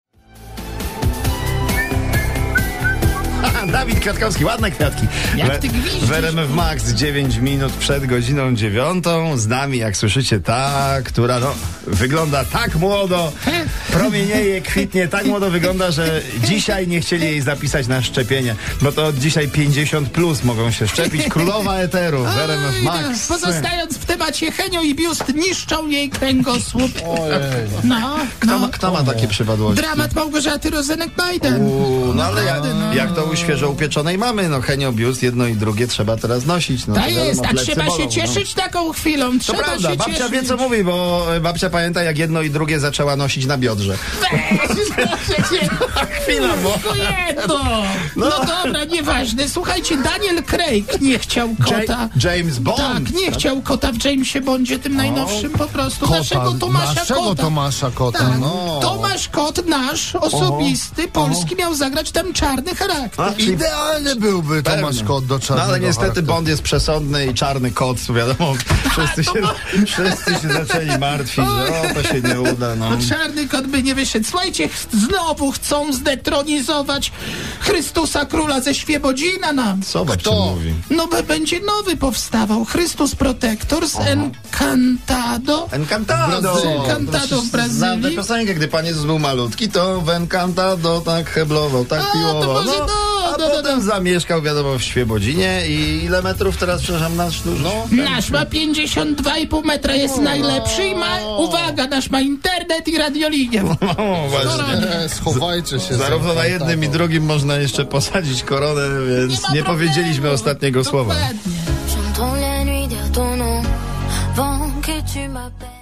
Dawid Kwiatkowski, ładne kwiatki. Jak We- ty gwiździsz? W RMF Max 9 minut przed godziną 9. Z nami, jak słyszycie, ta, która no, wygląda tak młodo, promienieje, kwitnie, tak młodo wygląda, że dzisiaj nie chcieli jej zapisać na szczepienie. Bo to od dzisiaj 50 plus mogą się szczepić. Królowa Eteru w RMF Oj, Max. tak, Pozostając w temacie Henio i Biust niszczą jej kręgosłup. Ojej. No, Kto ma, no. kto ma takie przypadłości? Dramat Małgorzaty Rozenek-Biden. U, no ale jak, Naprawdę, no. jak to u świeżo upieczonej mamy, no Henio Biust, jedno i drugie trzeba teraz nosić. No, To to jest, wiadomo, a plecy trzeba bolą, się no. cieszyć taką chwilą. To Trzeba prawda, się babcia cieszyć. wie co mówi, bo e, babcia pamięta jak jedno i drugie zaczęła nosić na biodrze. Weź, proszę cię. Chwila, bo... To jedno. No dobra, nieważne. Słuchajcie, Daniel Craig nie chciał kota. Ja- James Bond! Tak, nie chciał kota w Jamesie Bondzie, No. tym najnowszym po prostu. Kota, naszego Tomasza naszego Kota. Tomasza Kota, Tak. no. Tomasz Kot, nasz osobisty, polski, miał zagrać tam czarny charakter. czyli- Idealny byłby Tomasz Pewnie. Kot do No czarnego ale niestety charakteru. Bond jest przesądny i czarny kot, wiadomo, wszyscy się, wszyscy się zaczęli martwić, że o, to się nie uda, no. No czarny kot by nie wyszedł. Słuchajcie, ch- znowu chcą zdetronizować Chrystusa Króla ze Świebodzina nam. Co babcia Kto? mówi? No b- będzie nowy powstawał. Chrystus Protektor z Encantado. Encantado! W Brazylii. Encantado w Brazylii. Znam tę piosenkę, gdy pan Jezus był malutki, to w Encantado tak heblował, tak A, to piłował. może no, a no, no, potem zamieszkał, wiadomo, w Świebodzinie i ile metrów teraz, przepraszam, nasz duży? No, Nasz ma 52,5 metra, jest najlepszy i ma, uwaga, nasz ma internet i radiolinię. no właśnie. Nie, schowajcie się. Zarówno za na jednym i drugim można jeszcze posadzić koronę, więc nie, powiedzieliśmy ostatniego słowa. Dokładnie. J'entends la nuit dire ton nom, avant que tu m'appelles.